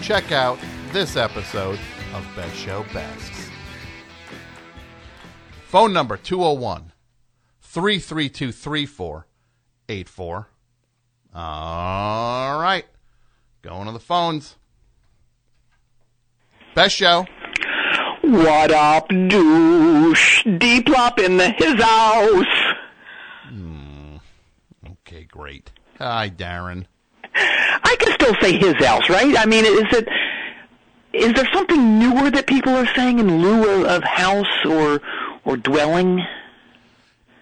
check out this episode of Best Show Bests. Phone number 201 332 3484. All right. Going to the phones. Best show. What up, douche? Deplop in the his house. Okay, great. Hi, Darren. I can still say his house, right? I mean, is it? Is there something newer that people are saying in lieu of, of house or or dwelling?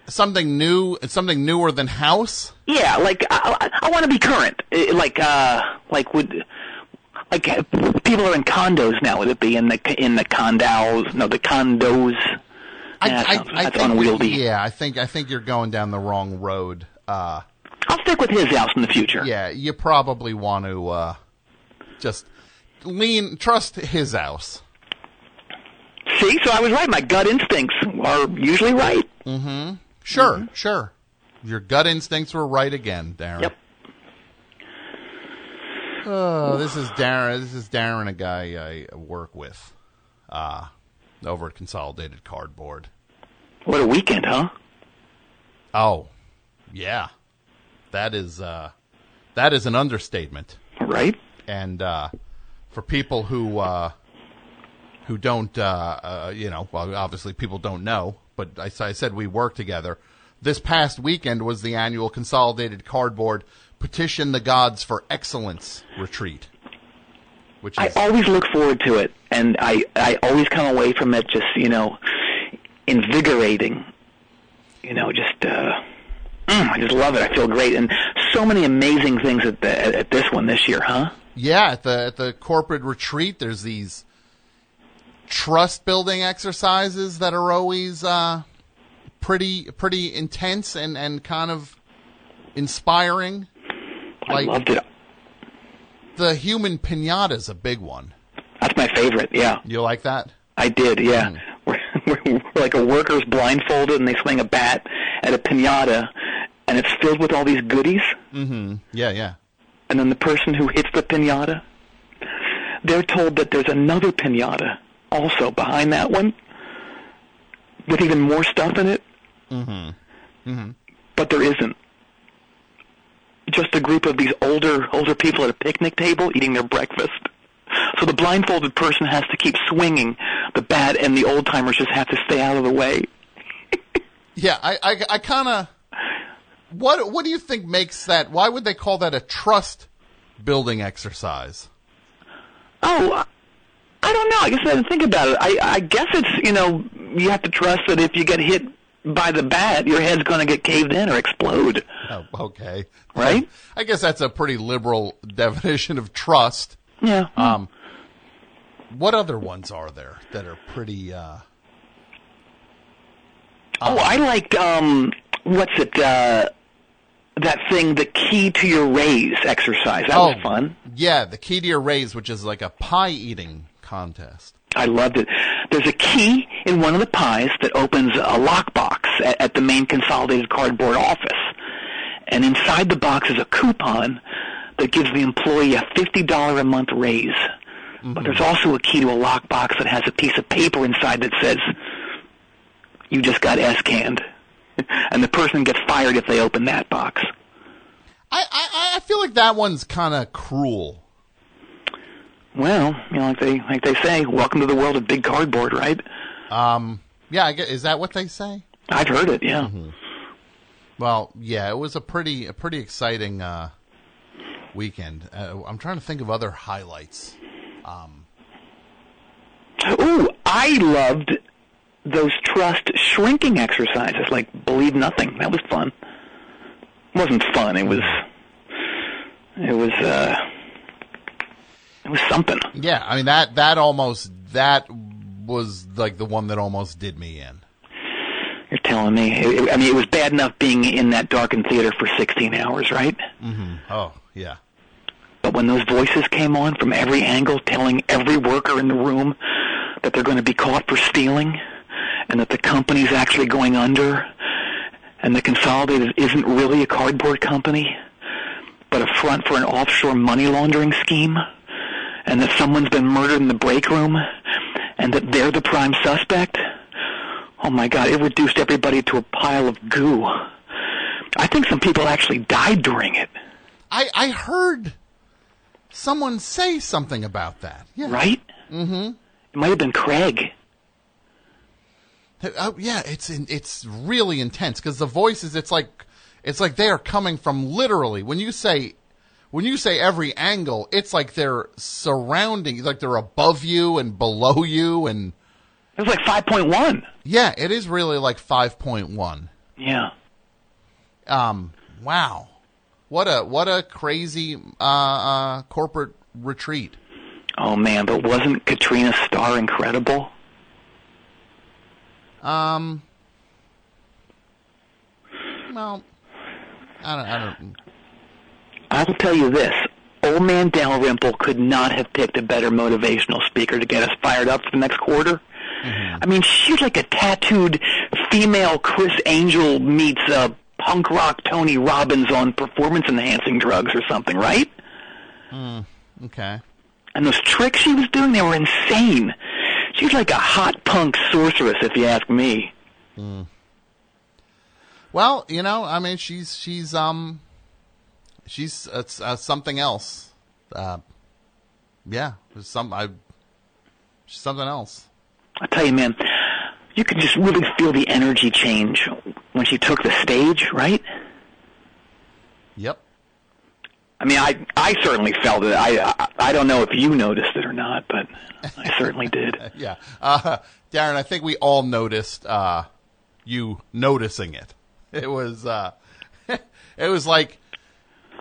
Something new, something newer than house? Yeah, like I, I, I want to be current. Eh, Like uh, like would like uh, people are in condos now. Would it be in the in the condos? No, the condos. Nah, that sounds- that's think- unwieldy. Yeah, I think I think you're going down the wrong road. Uh, I'll stick with his house in the future. yeah, you probably want to uh, just lean, trust his house. See, so I was right. My gut instincts are usually right. Sure, Mm-hmm. sure. Your gut instincts were right again, Darren. Yep. Oh, this is Darren. This is Darren, a guy I work with, uh, over at Consolidated Cardboard. What a weekend, huh? Oh, yeah, that is uh, that is an understatement. Right? and uh, for people who uh, who don't, uh, uh, you know, well, obviously people don't know, but I, I said we work together. This past weekend was the annual Consolidated Cardboard Petition the Gods for Excellence retreat, which I is always look forward to it, and I I always come away from it just you know invigorating. You know, just uh, mm, I just love it. I feel great, and so many amazing things at the, at, at this one this year, huh? yeah at the at the corporate retreat. There's these trust building exercises that are always uh, pretty pretty intense and and kind of inspiring. I Like loved it. The human pinata's a big one. That's my favorite. Yeah, You like that? I did. Yeah, we're, we're, we're like a worker's blindfolded, and they swing a bat at a pinata, and it's filled with all these goodies. Yeah, yeah. and then the person who hits the pinata, they're told that there's another pinata also behind that one with even more stuff in it. Mm-hmm. Mm-hmm. But there isn't. Just a group of these older older people at a picnic table eating their breakfast. So the blindfolded person has to keep swinging the bat, and the old timers just have to stay out of the way. Yeah, I, I, I kind of. What, what do you think makes that? Why would they call that a trust building exercise? Oh, I- I don't know. I guess I didn't think about it. I, I guess it's you know you have to trust that if you get hit by the bat, your head's going to get caved in or explode. Oh, okay. Right? I guess that's a pretty liberal definition of trust. Yeah. Um, what other ones are there that are pretty? Uh, oh, I liked um, what's it? Uh, that thing, the key to your raise exercise. That was fun. oh, Yeah, the key to your raise, which is like a pie eating contest. I loved it. There's a key in one of the pies that opens a lockbox at, at the main consolidated cardboard office. And inside the box is a coupon that gives the employee a $50 a month raise. But there's also a key to a lockbox that has a piece of paper inside that says, you just got S canned. And the person gets fired if they open that box. I, I, I feel like that one's kind of cruel. Well, you know, like they like they say, welcome to the world of big cardboard, right? Um, yeah, I guess, is that what they say? I've heard it. Yeah. Well, yeah, it was a pretty a pretty exciting uh, weekend. Uh, I'm trying to think of other highlights. Ooh, I loved those trust shrinking exercises, like believe nothing. That was fun. It wasn't fun. It was. It was. uh It was something. Yeah, I mean that that almost that was like the one that almost did me in. You're telling me. It, it- I mean, it was bad enough being in that darkened theater for 16 hours, right? Oh yeah, But when those voices came on from every angle telling every worker in the room that they're going to be caught for stealing and that the company's actually going under and the consolidated isn't really a cardboard company but a front for an offshore money laundering scheme and that someone's been murdered in the break room and that they're the prime suspect oh my god it reduced everybody to a pile of goo i think some people actually died during it I I heard someone say something about that. Yeah, right? Mm-hmm. It might have been Craig. Oh, yeah, it's in, it's really intense because the voices. It's like it's like they are coming from literally when you say when you say every angle. It's like they're surrounding, like they're above you and below you, and It was like 5.1. yeah, it is really like five point one. Yeah. Um, wow, what a what a crazy uh, uh, corporate retreat. Oh man, but wasn't Katrina Starr incredible? Um, well, I don't, I don't. I will tell you this. Old man Dalrymple could not have picked a better motivational speaker to get us fired up for the next quarter. I mean, she's like a tattooed female Chris Angel meets uh, punk rock Tony Robbins on performance enhancing drugs or something, right? Okay. And those tricks she was doing, they were insane. She was like a hot punk sorceress, if you ask me. Well, you know, I mean, she's she's um, she's uh, s- uh, something else. Uh, yeah, there's some I, she's something else. I tell you, man, you could just really feel the energy change when she took the stage, right? Yep. I mean, I I certainly felt it. I I, I don't know if you noticed it or not, but I certainly did. Yeah. Uh, Darren, I think we all noticed uh, you noticing it. It was uh, it was like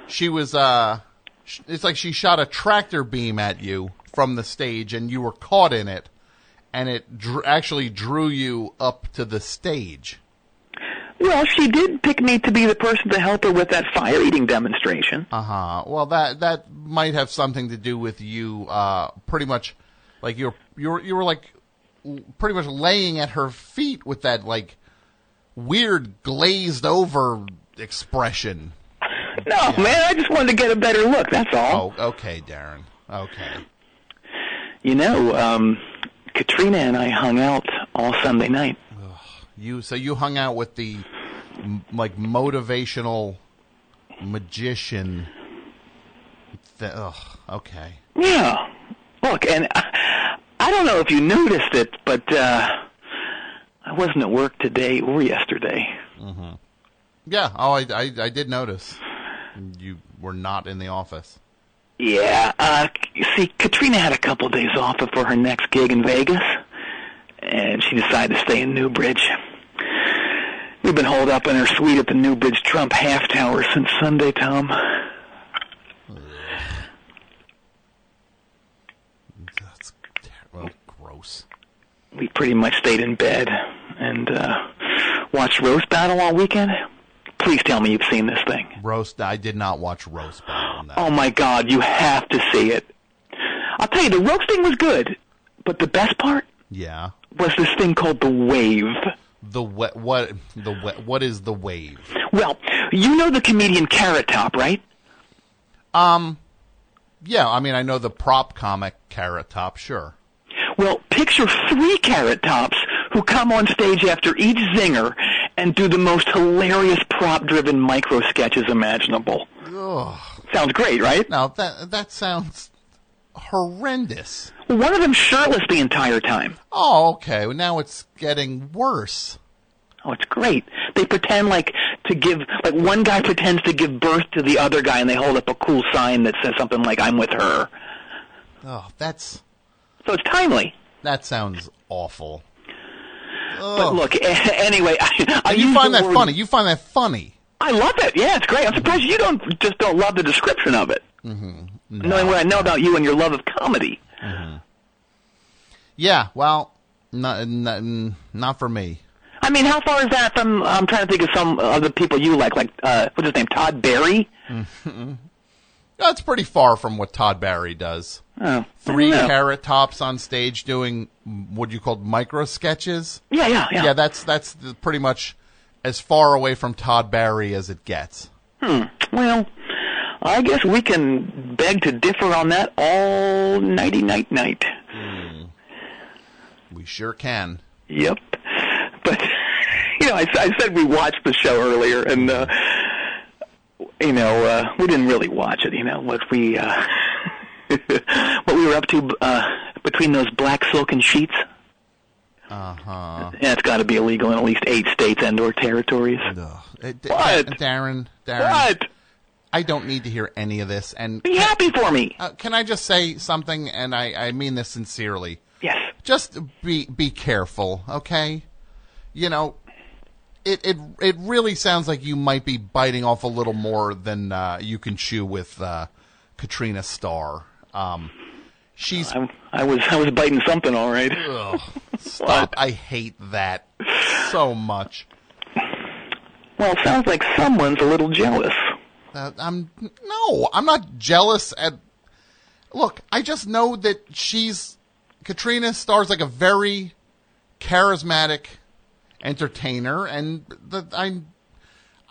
she was uh, sh- it's like she shot a tractor beam at you from the stage, and you were caught in it, and it dr- actually drew you up to the stage. Well, she did pick me to be the person to help her with that fire eating demonstration. Uh huh. Well, that that might have something to do with you. Uh, pretty much, like you're you're you were like l- pretty much laying at her feet with that like weird glazed over expression. no, man, I just wanted to get a better look. That's all. Oh, okay, Darren. Okay. You know, um, Katrina and I hung out all Sunday night. You so you hung out with the m- like motivational magician. Th- ugh, okay. Yeah. Look, and I, I don't know if you noticed it, but uh, I wasn't at work today or yesterday. Yeah. Oh, I, I I did notice you were not in the office. Yeah. Uh, see, Katrina had a couple days off before her next gig in Vegas, and she decided to stay in Newbridge. We've been holed up in her suite at the Newbridge Trump Half Tower since Sunday, Tom. That's terrible. gross. We pretty much stayed in bed and uh, watched Roast Battle all weekend. Please tell me you've seen this thing. Roast. I did not watch roast battle. on that. Oh my God, you have to see it. I'll tell you, the roast thing was good, but the best part Yeah. was this thing called the wave. The what? What? The what? What is the wave? Well, you know the comedian Carrot Top, right? Yeah. I mean, I know the prop comic Carrot Top. Sure. Well, picture three Carrot Tops who come on stage after each zinger and do the most hilarious prop-driven micro sketches imaginable. Sounds great, right? Now that that sounds horrendous. One of them shirtless the entire time. Oh, okay. Well, now it's getting worse. Oh, it's great. They pretend like to give, like one guy pretends to give birth to the other guy, and they hold up a cool sign that says something like "I'm with her." Oh, that's So it's timely. that sounds awful. But look, a- anyway, I, I Oh. And you use find the that word- funny. You find that funny. I love it. Yeah, it's great. I'm surprised you don't just don't love the description of it. Mm-hmm. Knowing what I know about you and your love of comedy. Yeah. Well, not not, not for me. I mean, how far is that from? I'm trying to think of some of the people you like, like uh, what's his name, Todd Barry. That's pretty far from what Todd Barry does. Oh, Three I don't know. carrot tops on stage doing mm, what you call micro sketches. Yeah, yeah, yeah. Yeah, that's that's the, pretty much as far away from Todd Barry as it gets. well, I guess we can beg to differ on that all nighty night night. We sure can. Yep. But you know, I, I said we watched the show earlier, and uh, you know, uh, we didn't really watch it. You know, what we uh, what we were up to uh, between those black silken sheets. Uh huh. Yeah, it's got to be illegal in at least eight states and/or territories. What? Uh, Darren, Darren, What? I don't need to hear any of this. And Be happy for me. uh, can I just say something? And I, I mean this sincerely. Yes. just be be careful, okay? You know, it it it really sounds like you might be biting off a little more than uh, you can chew with uh, Katrina Starr. Um, she's I, I was I was biting something, all right. ugh, stop. I hate that so much. Well, it sounds like someone's a little jealous. Uh, I'm no, I'm not jealous. At look, I just know that she's Katrina stars like a very charismatic entertainer, and that I,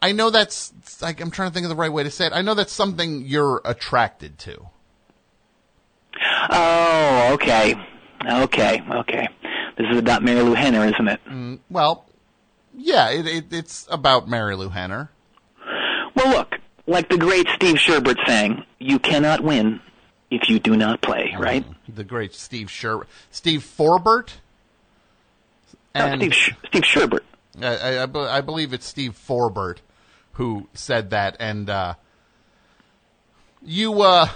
I know that's like I'm trying to think of the right way to say it. I know that's something you're attracted to. Oh, okay, okay, okay. This is about Mary Lou Henner, isn't it? Well, yeah, it, it, it's about Mary Lou Henner. Well, look, like the great Steve Sherbert sang, "You cannot win if you do not play." Right? The great Steve Sher, Steve Forbert, No, Oh, Steve Sh- Steve Sherbert. I, I- I, be- I believe it's Steve Forbert who said that. And uh, you, uh,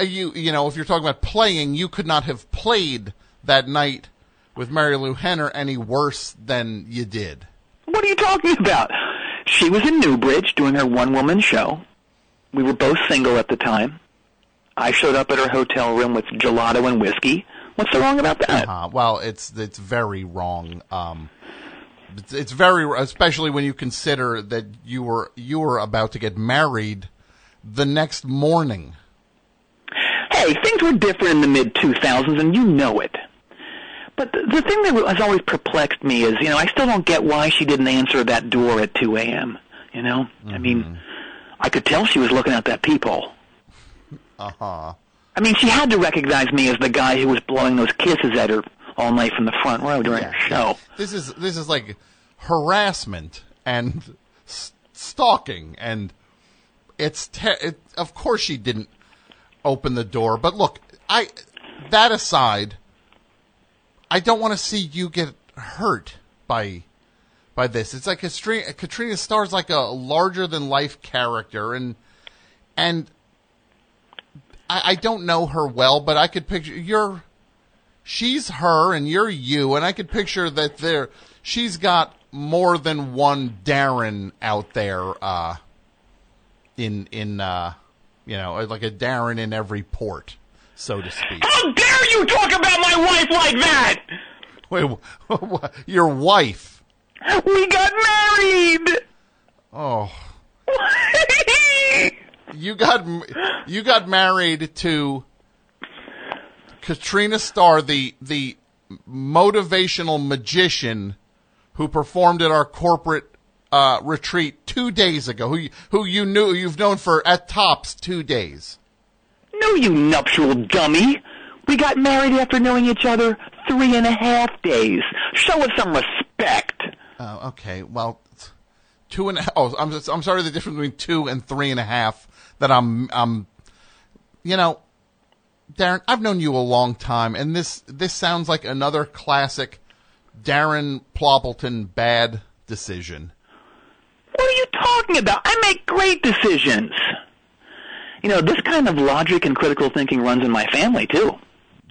you, you know, if you're talking about playing, you could not have played that night with Mary Lou Henner any worse than you did. What are you talking about? She was in Newbridge doing her one-woman show. We were both single at the time. I showed up at her hotel room with gelato and whiskey. What's so wrong about that? Uh, well, it's it's very wrong. Um, it's, it's very, especially when you consider that you were you were about to get married the next morning. Hey, things were different in the mid 2000s, and you know it. But the, the thing that has always perplexed me is, you know, I still don't get why she didn't answer that door at 2 a.m. You know, I mean, I could tell she was looking out that peephole. Uh huh. I mean, she had to recognize me as the guy who was blowing those kisses at her all night from the front row during her show. This is this is like harassment and s- stalking, and it's ter- it, of course she didn't open the door. But look, I that aside, I don't want to see you get hurt by by this. It's like Katrina, Katrina Starr's like a larger than life character, and and I, I don't know her well, but I could picture you're she's her and you're you, and I could picture that there she's got more than one Darren out there uh, in in uh, you know like a Darren in every port, so to speak. How dare you talk about my wife like that? Wait, wh- wh- your wife? We got married. Oh, you got m- you got married to Katrina Starr, the the motivational magician who performed at our corporate uh, retreat two days ago. Who you, who you knew you've known for at tops two days. No, you nuptial dummy. We got married after knowing each other three and a half days. Show us some respect. Oh, okay. Well, it's two and oh, I'm just- I'm sorry. The difference between two and three and a half that I'm I'm, you know, Darren, I've known you a long time, and this this sounds like another classic Darren Ploppleton bad decision. What are you talking about? I make great decisions. You know, this kind of logic and critical thinking runs in my family too.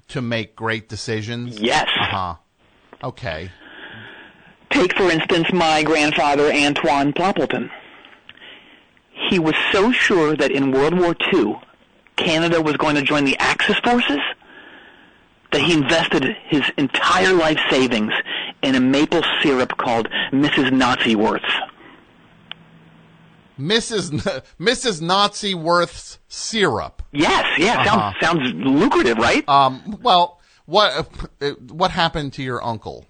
To make great decisions. Yes. Uh huh. Okay. Take, for instance, my grandfather, Antoine Ploppleton. He was so sure that in World War II, Canada was going to join the Axis forces that he invested his entire life savings in a maple syrup called Mrs. Nazi Worth's. Mrs. N- Mrs. Nazi Worth's syrup. Yes, yeah, Uh-huh. sounds, sounds lucrative, right? Um. Well, what uh, what happened to your uncle?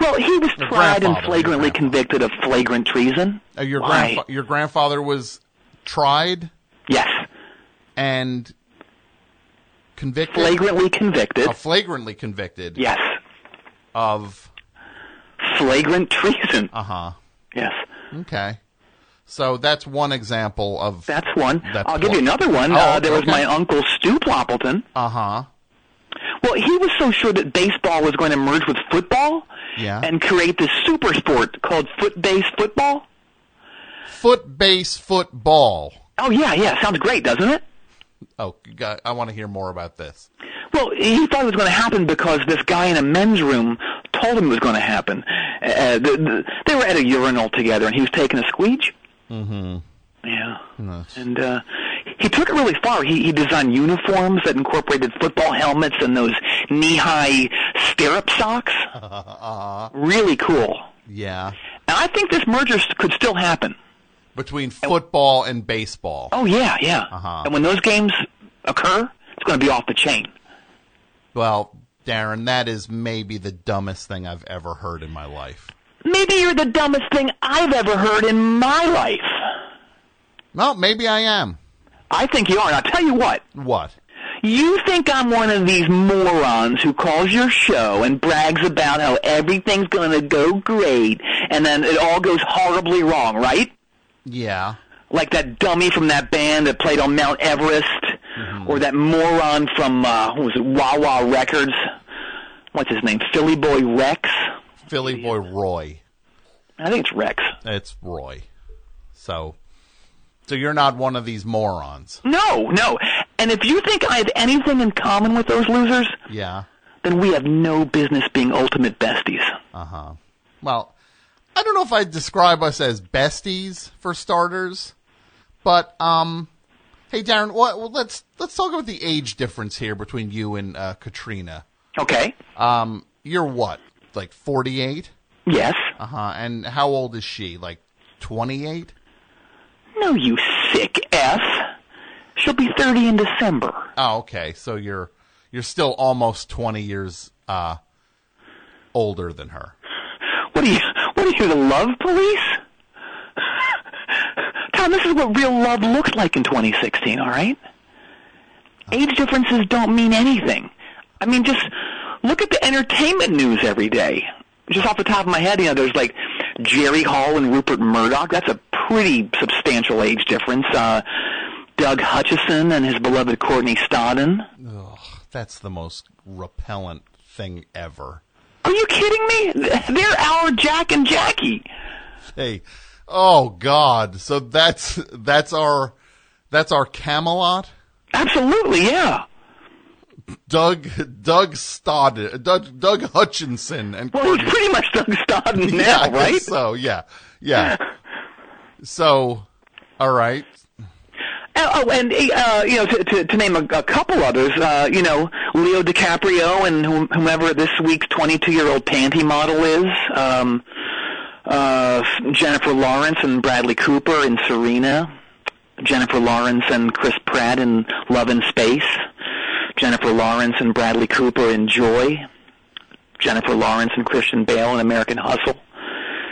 well, he was tried and grandfather, flagrantly your convicted of flagrant treason. Uh, your Why? grandfa- your grandfather was tried Yes, and convicted, flagrantly convicted. uh, flagrantly convicted Yes, of. flagrant treason. Uh huh. Yes. Okay. So that's one example of. That's one. That's I'll give one. you another one. Oh, uh, there was okay. my uncle Stu Ploppleton. Uh huh. Well, he was so sure that baseball was going to merge with football Yeah. and create this super sport called foot-based football. Foot base football. Oh yeah, yeah, sounds great, doesn't it? Oh, God, I want to hear more about this. Well, he thought it was going to happen because this guy in a men's room told him it was going to happen. Uh, the, the, they were at a urinal together, and he was taking a squeege. Mm-hmm. Yeah. And uh, he took it really far. He, he designed uniforms that incorporated football helmets and those knee-high stirrup socks. Really cool. Yeah. And I think this merger s- could still happen. Between football and baseball. Oh yeah, yeah. Uh-huh. And when those games occur, it's going to be off the chain. Well, Darren, that is maybe the dumbest thing I've ever heard in my life. Maybe you're the dumbest thing I've ever heard in my life. Well, maybe I am. I think you are. And I'll tell you what. What? You think I'm one of these morons who calls your show and brags about how everything's going to go great and then it all goes horribly wrong, right? Yeah. Like that dummy from that band that played on Mount Everest or that moron from, uh, what was it, Wawa Records? What's his name? Philly Boy Rex? Philly boy Roy. I think it's Rex. It's Roy. So, so you're not one of these morons. No, no. And if you think I have anything in common with those losers, Yeah. then we have no business being ultimate besties. Uh huh. Well, I don't know if I'd describe us as besties for starters, but um, hey Darren, what, well, let's let's talk about the age difference here between you and uh, Katrina. Okay. Um, you're what, like forty eight? Yes. Uh huh. And how old is she? Like twenty eight? No, you sick F. She'll be 30 in December. Oh, okay. So you're you're still almost twenty years uh older than her. What are you, what are you, the love police? Tom, this is what real love looks like in 2016, all right? Age differences don't mean anything. I mean, just look at the entertainment news every day. Just off the top of my head, you know, there's like Jerry Hall and Rupert Murdoch. That's a pretty substantial age difference. Uh, Doug Hutchison and his beloved Courtney Stodden. Ugh, that's the most repellent thing ever. Are you kidding me? They're our Jack and Jackie. Hey, oh God! So that's that's our that's our Camelot. Absolutely, yeah. Doug Doug Stodd Doug Doug Hutchinson and Well, he's pretty much Doug Stodden yeah, I now, guess right? So yeah, yeah. So, all right. Oh, oh, and uh, you know, to, to, to name a, a couple others, uh, you know, Leo DiCaprio and whom- whomever this week's 22-year-old panty model is, um, uh, Jennifer Lawrence and Bradley Cooper and Serena, Jennifer Lawrence and Chris Pratt in Love and Space, Jennifer Lawrence and Bradley Cooper in Joy, Jennifer Lawrence and Christian Bale in American Hustle.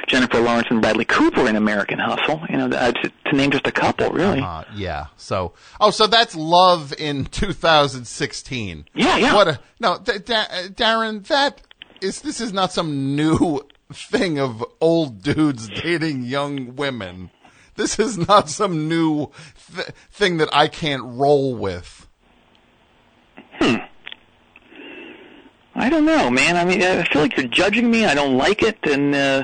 Jennifer Lawrence and Bradley Cooper in American Hustle. You know, uh, to, to name just a couple, really. Uh, yeah. So, oh, so that's love in 2016. Yeah, yeah. What a no, th- da- uh, Darren. That is this is not some new thing of old dudes dating young women. This is not some new th- thing that I can't roll with. I don't know, man. I mean, I feel like you're judging me. I don't like it, and uh,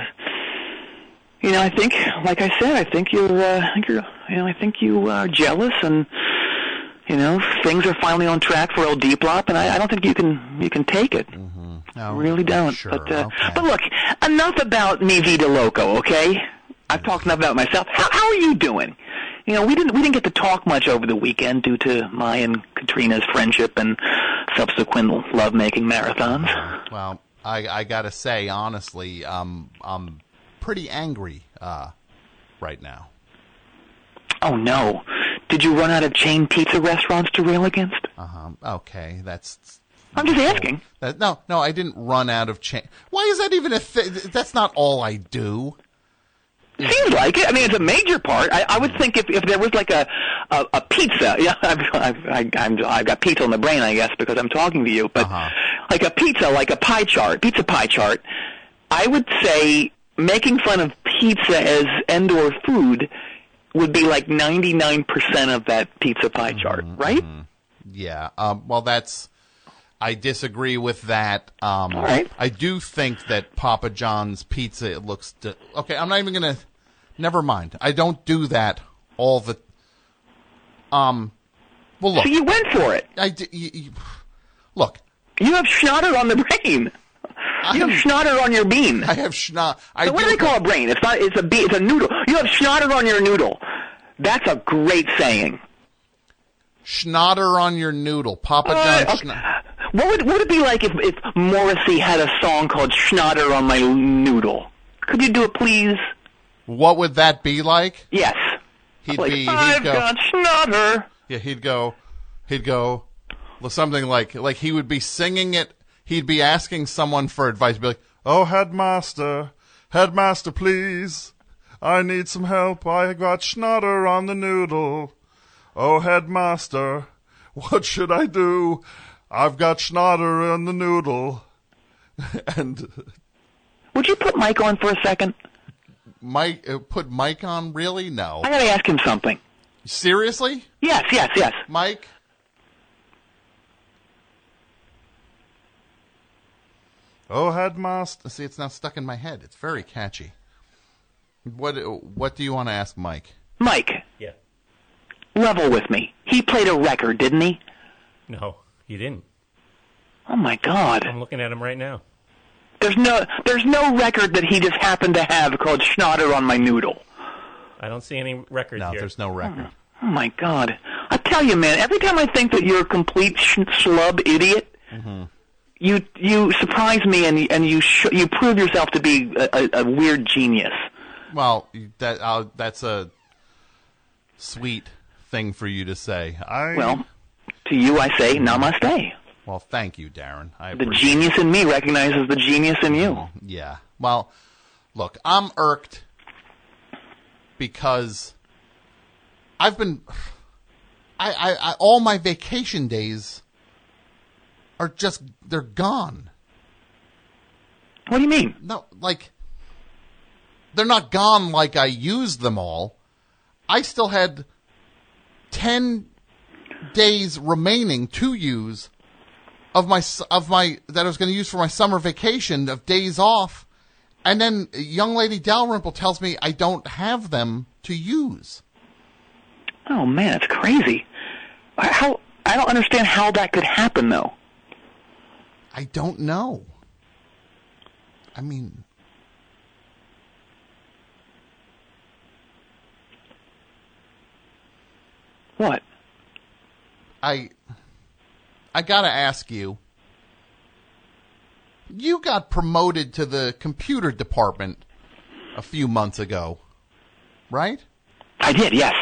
you know, I think, like I said, I think you're, uh, I think you're, you know, I think you uh, are jealous, and you know, things are finally on track for El Deeplop, and I, I don't think you can you can take it. No, Really don't. Sure. But uh, okay. but look, enough about me Vida Loco, okay? I've talked enough about myself. How, how are you doing? You know, we didn't we didn't get to talk much over the weekend due to my and Katrina's friendship and subsequent lovemaking marathons. Well, I, I gotta say honestly, um, I'm pretty angry uh, right now. Oh no. Did you run out of chain pizza restaurants to rail against? Uh-huh. Okay, that's I'm just asking. that, no, no. I didn't run out of chain. Why is that even a thing? That's not all I do. Seems like it. I mean, it's a major part. I, I would think if, if there was like a a, a pizza, yeah, I've, I've, I, I'm, I've got pizza in the brain, I guess, because I'm talking to you. But Uh-huh. like a pizza, like a pie chart, pizza pie chart. I would say making fun of pizza as indoor food would be like 99% of that pizza pie chart, right? Yeah. Um, well, that's. I disagree with that. Um, All right. I do think that Papa John's pizza it looks. De- okay, I'm not even gonna. Never mind. I don't do that all the. Um. Well, look. So you went for it. I d- y- y- look. You have schnatter on the brain. You have schnatter on your bean. I have schna. I What do they call a brain? It's not. It's a bee. It's a noodle. You have schnatter on your noodle. That's a great saying. schnatter on your noodle, Papa John. Uh, schna- What would what would it be like if if Morrissey had a song called "Schnatter on My Noodle"? Could you do it, please? What would that be like? Yes. He'd Like be. I've He'd go. got schnatter. Yeah, he'd go. He'd go. well, Something like like he would be singing it. He'd be asking someone for advice. Be like, "Oh, headmaster, headmaster, please, I need some help. I got schnatter on the noodle. Oh, headmaster, what should I do? I've got schnatter on the noodle." and Would you put Mike on for a second? Mike uh, put Mike on. Really? No. I gotta ask him something. Seriously, Yes, yes, yes. Mike. Oh, headmaster. See, it's not stuck in my head. It's very catchy. What What do you want to ask Mike? Mike, Yeah. level with me. He played a record, didn't he? No, he didn't. Oh my God. I'm looking at him right now. There's no there's no record that he just happened to have called Schnatter on my noodle. I don't see any record No, here. there's no record. Oh my god. I tell you man, every time I think that you're a complete sh- slub idiot, you you surprise me and and you sh- you prove yourself to be a, a, a weird genius. Hmm. Well, that uh, that's a sweet thing for you to say. I Well, to you I say namaste. Well, thank you, Darren. I The appreciate genius in me recognizes the genius in Uh-huh. you. Yeah. Well, look, I'm irked because I've been I, I, I all my vacation days are just they're gone. What do you mean? No, like they're not gone like I used them all. I still had 10 days remaining to use of my s- of my that I was going to use for my summer vacation of days off. And then young lady Dalrymple tells me I don't have them to use. Oh man, it's crazy. How I don't understand how that could happen though. I don't know. I mean, What? I I gotta ask you. You got promoted to the computer department a few months ago, right? I did, yes.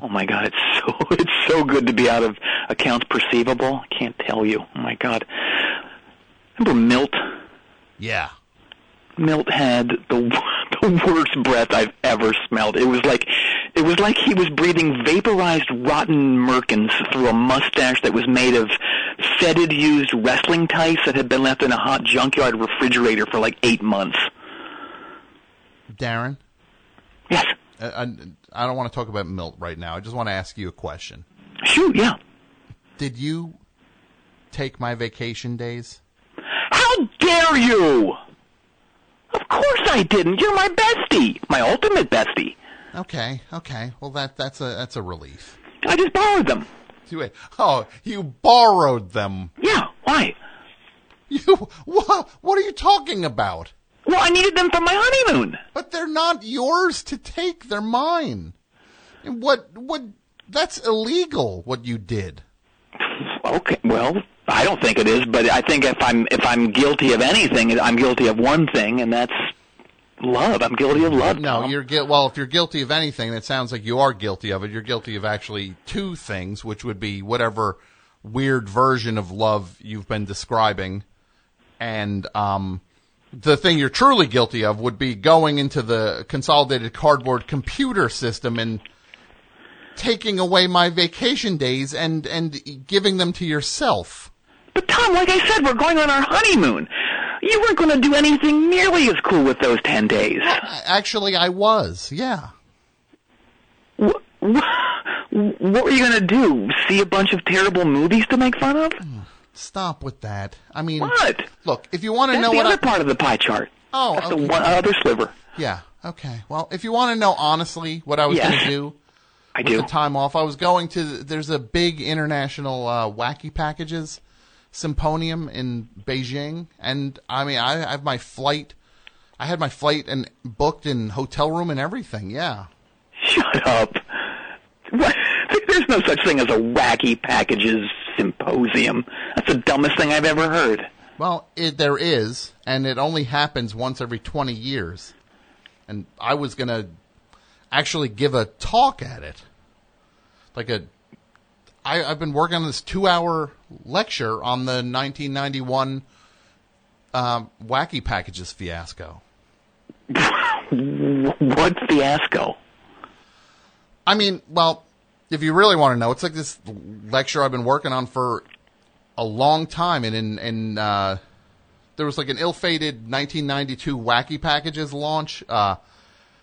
Oh my god, it's so it's so good to be out of accounts perceivable. I can't tell you. Oh my god. Remember Milt? Yeah. Milt had the w- the worst breath I've ever smelled. It was like it was like he was breathing vaporized rotten merkins through a mustache that was made of fetid used wrestling tights that had been left in a hot junkyard refrigerator for like 8 months. Darren, Yes. I, I, I don't want to talk about Milt right now. I just want to ask you a question. Shoot, yeah. Did you take my vacation days? How dare you? Of course I didn't. You're my bestie, my ultimate bestie. Okay, okay. Well, that that's a that's a relief. I just borrowed them. Wait, oh, you borrowed them. Yeah, why? You what? What are you talking about? Well, I needed them for my honeymoon. But they're not yours to take. They're mine. And what what? That's illegal. What you did. Okay, well, I don't think it is, but I think if I'm if I'm guilty of anything, I'm guilty of one thing, and that's love. I'm guilty of love. No, Tom. you're guil- well. If you're guilty of anything, that sounds like you are guilty of it. You're guilty of actually two things, which would be whatever weird version of love you've been describing, and um, the thing you're truly guilty of would be going into the consolidated cardboard computer system and taking away my vacation days and and giving them to yourself. But Tom, like I said, we're going on our honeymoon. You weren't going to do anything nearly as cool with those ten days. I- Actually, I was. Yeah. What, what were you going to do? See a bunch of terrible movies to make fun of? Stop with that. I mean, What? look, if you want to That's know the what other I, part of the pie chart. Oh, that's okay. the one other sliver. Yeah. Okay. Well, if you want to know honestly what I was Yes. going to do I with do. the time off, I was going to. There's a big international uh, wacky packages symposium in Beijing, and I mean, I, I have my flight. I had my flight and booked in hotel room and everything. Yeah. Shut up. What? There's no such thing as a wacky packages symposium. That's the dumbest thing I've ever heard. Well, it, there is, and it only happens once every 20 years. And I was going to actually give a talk at it. Like a, I, I've been working on this two hour lecture on the 1991 um, Wacky Packages fiasco. What fiasco? I mean, well, if you really want to know, it's like this lecture I've been working on for a long time, and in and uh, there was like an ill-fated 1992 Wacky Packages launch uh,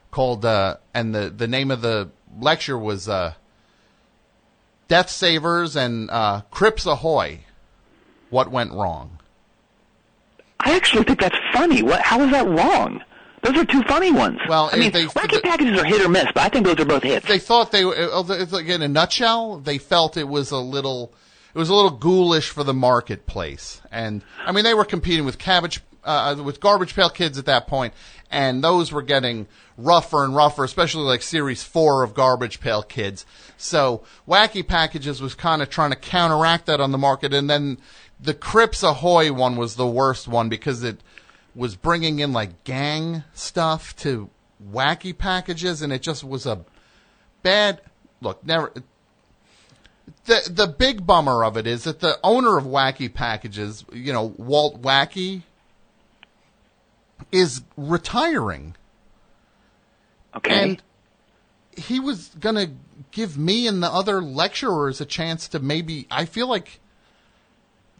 called, uh, and the the name of the lecture was uh, "Death Savers and uh, Crips Ahoy: What Went Wrong." I actually think that's funny. What? How is that wrong? Those are two funny ones. Well, I mean, they- wacky they- packages are hit or miss, but I think those are both hits. they thought they uh, it's like in a nutshell they felt it was a little it was a little ghoulish for the marketplace and i mean they were competing with cabbage uh, with garbage pail kids at that point and those were getting rougher and rougher especially like series 4 of garbage pail kids so wacky packages was kind of trying to counteract that on the market and then the crips ahoy one was the worst one because it was bringing in like gang stuff to wacky packages and it just was a bad look never the the big bummer of it is that the owner of wacky packages you know walt wacky is retiring okay. and he was going to give me and the other lecturers a chance to maybe i feel like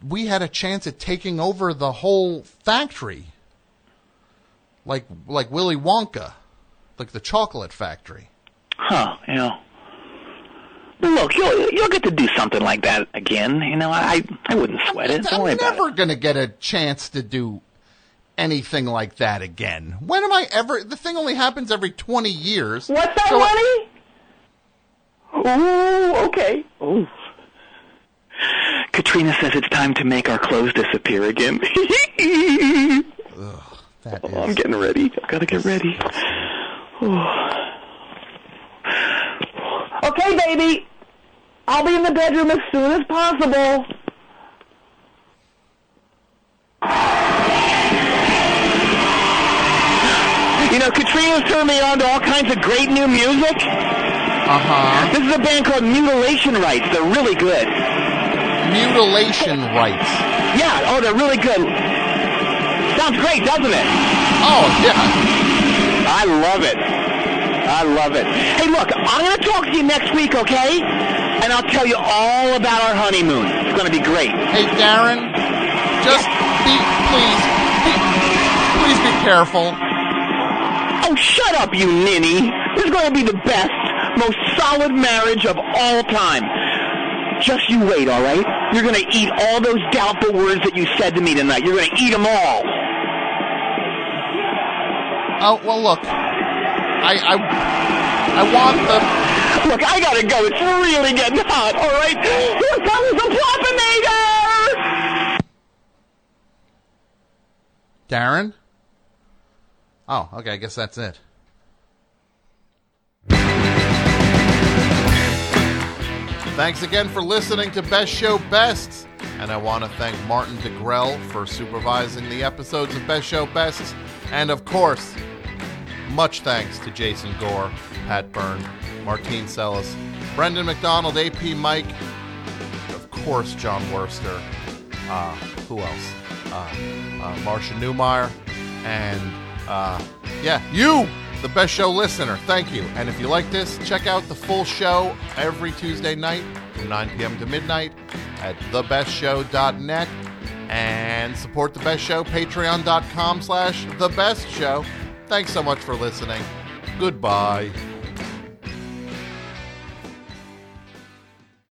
we had a chance at taking over the whole factory like like willy wonka like the chocolate factory Huh, you know. But look, you'll you'll get to do something like that again. You know, I I wouldn't sweat it. Don't I'm worry about never going to get a chance to do anything like that again. When am I ever? The thing only happens every 20 years. What's that, So- Lenny? Ooh, okay. Ooh. Katrina says it's time to make our clothes disappear again. That I'm is, getting ready. I've got to get ready. Okay, baby. I'll be in the bedroom as soon as possible. You know, Katrina turned me on to all kinds of great new music. uh-huh. This is a band called Mutilation Rights. They're really good. Mutilation rights. Yeah, oh, they're really good. Sounds great, doesn't it? Oh, yeah. I love it. I love it. Hey, look, I'm going to talk to you next week, okay? And I'll tell you all about our honeymoon. It's going to be great. Hey, Darren, just be, please, be- please be careful. Oh, shut up, you ninny. This is going to be the best, most solid marriage of all time. Just you wait, all right? You're going to eat all those doubtful words that you said to me tonight. You're going to eat them all. Oh well, look, I I, I want the Look, I gotta go. It's really getting hot, all right? Here comes the Ploppinator! Darren. Oh, okay. I guess that's it. Thanks again for listening to Best Show Best, and I want to thank Martin DeGrell for supervising the episodes of Best Show Best, and of course, Much thanks to Jason Gore, Pat Byrne, Martine Sellis, Brendan McDonald, AP Mike, of course, John Worster. Uh, who else? Uh, uh, Marsha Newmeyer. And uh, yeah, you, the best show listener. Thank you. And if you like this, check out the full show every Tuesday night from 9 p.m. to midnight at thebestshow.net and support the best show patreon.com slash the best show thanks so much for listening goodbye